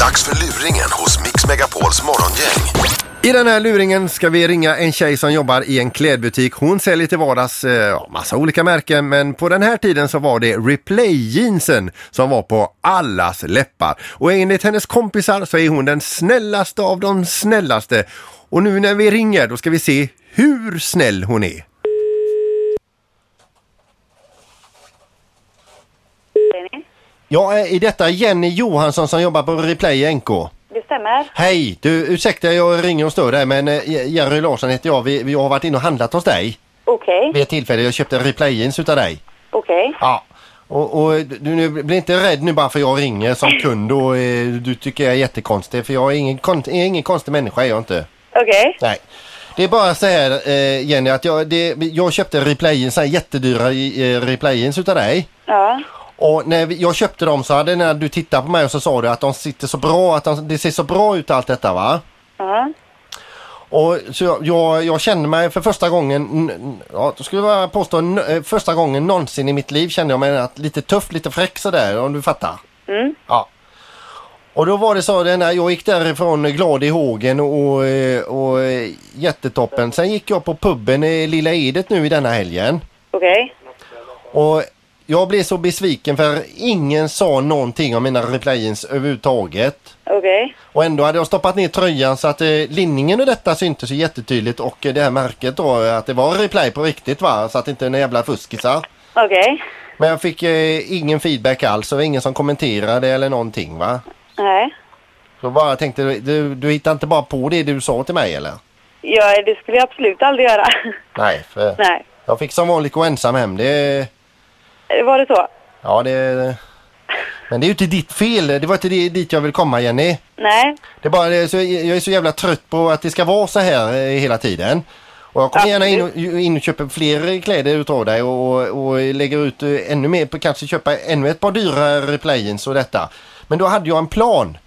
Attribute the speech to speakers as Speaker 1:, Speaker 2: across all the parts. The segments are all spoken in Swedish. Speaker 1: Dags för luringen hos Mix Megapols morgongäng.
Speaker 2: I den här luringen ska vi ringa en tjej som jobbar i en klädbutik. Hon säljer till vardags eh, ja, massa olika märken men på den här tiden så var det replay-jeansen som var på allas läppar. Och enligt hennes kompisar så är hon den snällaste av de snällaste. Och nu när vi ringer då ska vi se hur snäll hon är. Ja, eh, är detta Jenny Johansson som jobbar på Replay NK?
Speaker 3: Det stämmer.
Speaker 2: Hej! Du, ursäkta jag ringer och stör dig men eh, Jerry Larsson heter jag. Vi, vi har varit inne och handlat hos dig
Speaker 3: Okej,
Speaker 2: vid ett tillfälle. Jag köpte replay-jeans utav dig.
Speaker 3: okej.
Speaker 2: Ja. Och, och du nu, blir inte rädd nu bara för jag ringer som kund och eh, du tycker jag är jättekonstig för jag är ingen, kon, är ingen konstig människa är jag inte.
Speaker 3: Okej.
Speaker 2: Nej. Det är bara så här eh, Jenny att jag, det, jag köpte replay-jeans, så här jättedyra eh, replay-jeans utav dig.
Speaker 3: Ja.
Speaker 2: Och när vi- jag köpte dem så hade när du tittade på mig och så sa du att de sitter så bra, att de, det ser så bra ut allt detta va?
Speaker 3: Ja.
Speaker 2: Och så jag, jag, jag kände mig för första gången, n- n- ja, då skulle jag påstå n- eh, första gången någonsin i mitt liv kände jag mig att lite tuff, lite fräck sådär om du fattar. Ja. Och då var det så, den här, jag gick därifrån glad i hågen och, och, eh, och eh, jättetoppen. Sen gick jag på puben i Lilla Edet nu i denna helgen.
Speaker 3: Okej.
Speaker 2: Och jag blev så besviken för ingen sa någonting om mina replay-ins överhuvudtaget.
Speaker 3: Okej.
Speaker 2: Och ändå hade jag stoppat ner tröjan så att eh, linningen och detta syntes ju jättetydligt och eh, det här märket då eh, att det var replay på riktigt va så att inte några jävla fuskisar.
Speaker 3: Okej.
Speaker 2: Men jag fick eh, ingen feedback alls och ingen som kommenterade eller någonting va.
Speaker 3: Nej.
Speaker 2: Så bara tänkte du, du hittar inte bara på det du sa till mig eller?
Speaker 3: Ja, det skulle jag absolut aldrig göra.
Speaker 2: Nej, för
Speaker 3: Nej.
Speaker 2: jag fick som vanligt gå ensam hem. Det,
Speaker 3: Var det så?
Speaker 2: ja det... Men det är ju inte ditt fel. Det var inte det, dit jag vill komma Jenny.
Speaker 3: Nej.
Speaker 2: Det är bara, det är så, jag är så jävla trött på att det ska vara så här eh, hela tiden. Och jag kommer gärna in och, in och köper fler kläder utav dig och, och, och lägger ut eh, ännu mer, på kanske köpa ännu ett par dyra replay-jeans och detta. Men då hade jag en plan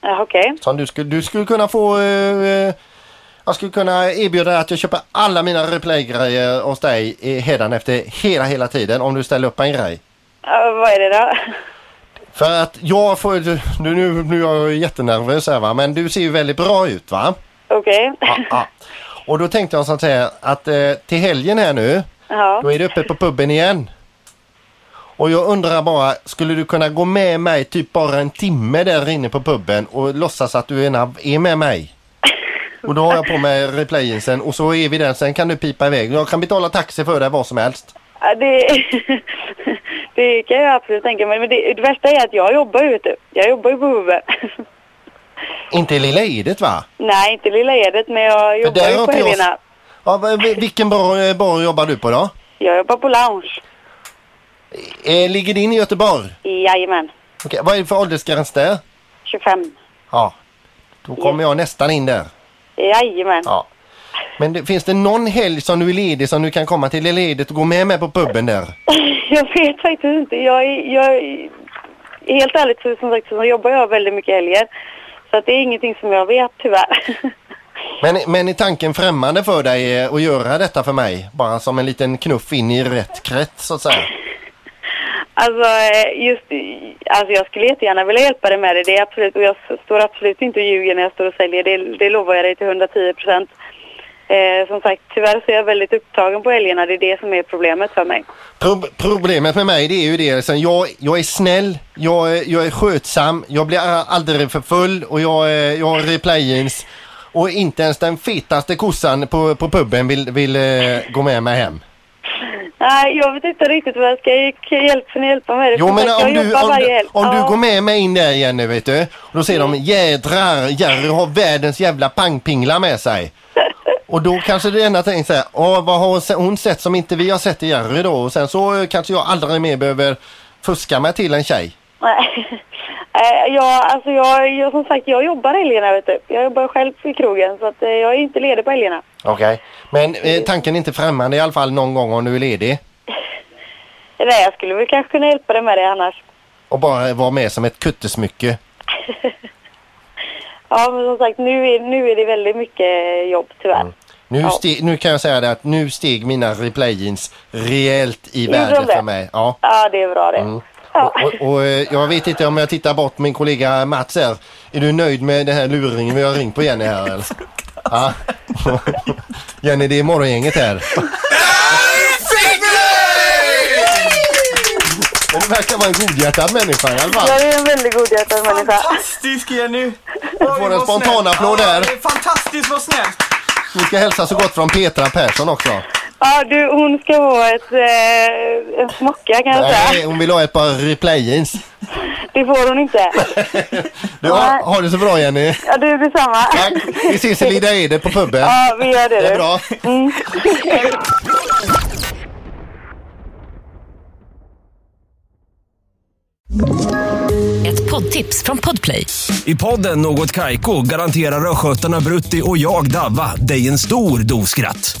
Speaker 3: Ja, Okej.
Speaker 2: som du skulle, du skulle kunna få... eh, eh, jag skulle kunna erbjuda dig att jag köper alla mina replay-grejer hos dig eh, efter hela, hela tiden om du ställer upp en grej.
Speaker 3: Ja, Vad är det då?
Speaker 2: För att jag får... Nu, nu, nu är jag jättenervös här va, men du ser ju väldigt bra ut va?
Speaker 3: Okej.
Speaker 2: Ja, ja. Och då tänkte jag så att säga att eh, till helgen här nu,
Speaker 3: Ja.
Speaker 2: då är det öppet på puben igen. Och jag undrar bara, skulle du kunna gå med mig typ bara en timme där inne på puben och låtsas att du är är med mig? Och då har jag på mig replayinsen och så är vi där, sen kan du pipa iväg. Jag kan betala taxi för dig vad som helst.
Speaker 3: Ja, Det, det kan jag absolut tänka mig. Men det, det värsta är att jag jobbar ju, vet du. Jag jobbar ju på huvudet.
Speaker 2: Inte i Lilla Edet va?
Speaker 3: Nej, inte Lilla Edet, men jag
Speaker 2: där
Speaker 3: jobbar
Speaker 2: har
Speaker 3: ju på
Speaker 2: inte jag-
Speaker 3: helgerna.
Speaker 2: Ja, va- vi- vilken bar, eh, bar jobbar du på då?
Speaker 3: Jag jobbar på lounge.
Speaker 2: Eh, ligger din i Göteborg?
Speaker 3: Jajamän.
Speaker 2: Okej, vad är det för åldersgräns där?
Speaker 3: 25.
Speaker 2: Ja, då kommer jag nästan in där.
Speaker 3: Jajamän.
Speaker 2: Ja. Men det, finns det någon helg som du är ledig som du kan komma till Lilla Edet och gå med mig på puben där?
Speaker 3: Jag vet faktiskt inte. Jag, är- jag, är- helt ärligt så, som sagt, så jobbar jag väldigt mycket helger. Så att det är ingenting som jag vet tyvärr.
Speaker 2: Men, men är tanken främmande för dig eh, att göra detta för mig? Bara som en liten knuff in i rätt krets så att säga.
Speaker 3: Alltså, eh, just, alltså jag skulle jättegärna vilja hjälpa dig med det. det är absolut, och jag s- står absolut inte och ljuger när jag står och säljer. Det, det lovar jag dig till 110 procent. Eh, som sagt, tyvärr så är jag väldigt upptagen på helgerna. Det är det som är problemet för mig.
Speaker 2: Pro- problemet med mig det är ju det, liksom, jag, jag är snäll, jag, är- jag är skötsam, jag blir a- aldrig för full och jag, är- jag har replay-jeans. Och inte ens den fetaste kossan på, på puben vill, vill eh, gå med mig hem.
Speaker 3: Nej, jag vet inte riktigt vad jag ska hjälpa, hjälpa med det.
Speaker 2: Jo
Speaker 3: Som
Speaker 2: men
Speaker 3: sagt,
Speaker 2: om
Speaker 3: jag
Speaker 2: du,
Speaker 3: jobbar
Speaker 2: om,
Speaker 3: varje helg.
Speaker 2: du- om
Speaker 3: Ja. Mm.
Speaker 2: du går med mig in där igen nu vet du. Då ser de jädrar Jerry har världens jävla pangpingla med sig. Och då kanske det enda tänker så här, Åh, vad har hon se- hon sett som inte vi har sett i Jerry då? Och sen så eh, kanske jag aldrig mer behöver fuska mig till en tjej.
Speaker 3: Nej. Eh, Ja, alltså jag, jag, som sagt, jag jobbar helgerna. Vet du. Jag jobbar själv i krogen, så att, eh, jag är inte ledig på helgerna.
Speaker 2: Okej. Men eh, tanken är inte främmande i alla fall någon gång om du är ledig.
Speaker 3: Nej, jag skulle väl kanske kunna hjälpa dig med det annars.
Speaker 2: Och bara vara med som ett kuttesmycke.
Speaker 3: Ja, men som sagt, nu är, nu är det väldigt mycket jobb tyvärr.
Speaker 2: Nu,
Speaker 3: Ja.
Speaker 2: ste- nu kan jag säga det att nu steg mina replay-jeans rejält i
Speaker 3: Gjorde de
Speaker 2: värde
Speaker 3: det?
Speaker 2: för mig. Ja.
Speaker 3: Ja, det är bra det. Ja.
Speaker 2: Mm. Och, och, och, eh, jag vet inte om jag tittar bort min kollega Mats här. Är du nöjd med den här luringen vi har ringt på Jenny här eller? Ja. Jenny det är morgongänget här. Men du verkar vara en godhjärtad människa i alla fall.
Speaker 3: Jag är en väldigt godhjärtad människa.
Speaker 4: Fantastisk Jenny! Du
Speaker 2: får en spontan applåd där.
Speaker 4: Fantastiskt vad snällt!
Speaker 2: Vi ska hälsa så gott från Petra Persson också.
Speaker 3: Ja, du, hon ska ha ett, eh, en smocka kan jag
Speaker 2: Nej,
Speaker 3: säga.
Speaker 2: Eh, hon vill ha ett par replay jeans.
Speaker 3: Det får hon inte.
Speaker 2: Du, ha, ha det så bra Jenny.
Speaker 3: Ja, du, detsamma.
Speaker 2: Tack. Vi ses i Lilla Ede på puben.
Speaker 3: Ja, vi gör det. Mm.
Speaker 2: Det
Speaker 3: du.
Speaker 2: är bra.
Speaker 5: Ett poddtips från Podplay.
Speaker 6: I podden Något Kaiko garanterar östgötarna Brutti och jag, Davva, dig en stor dos skratt.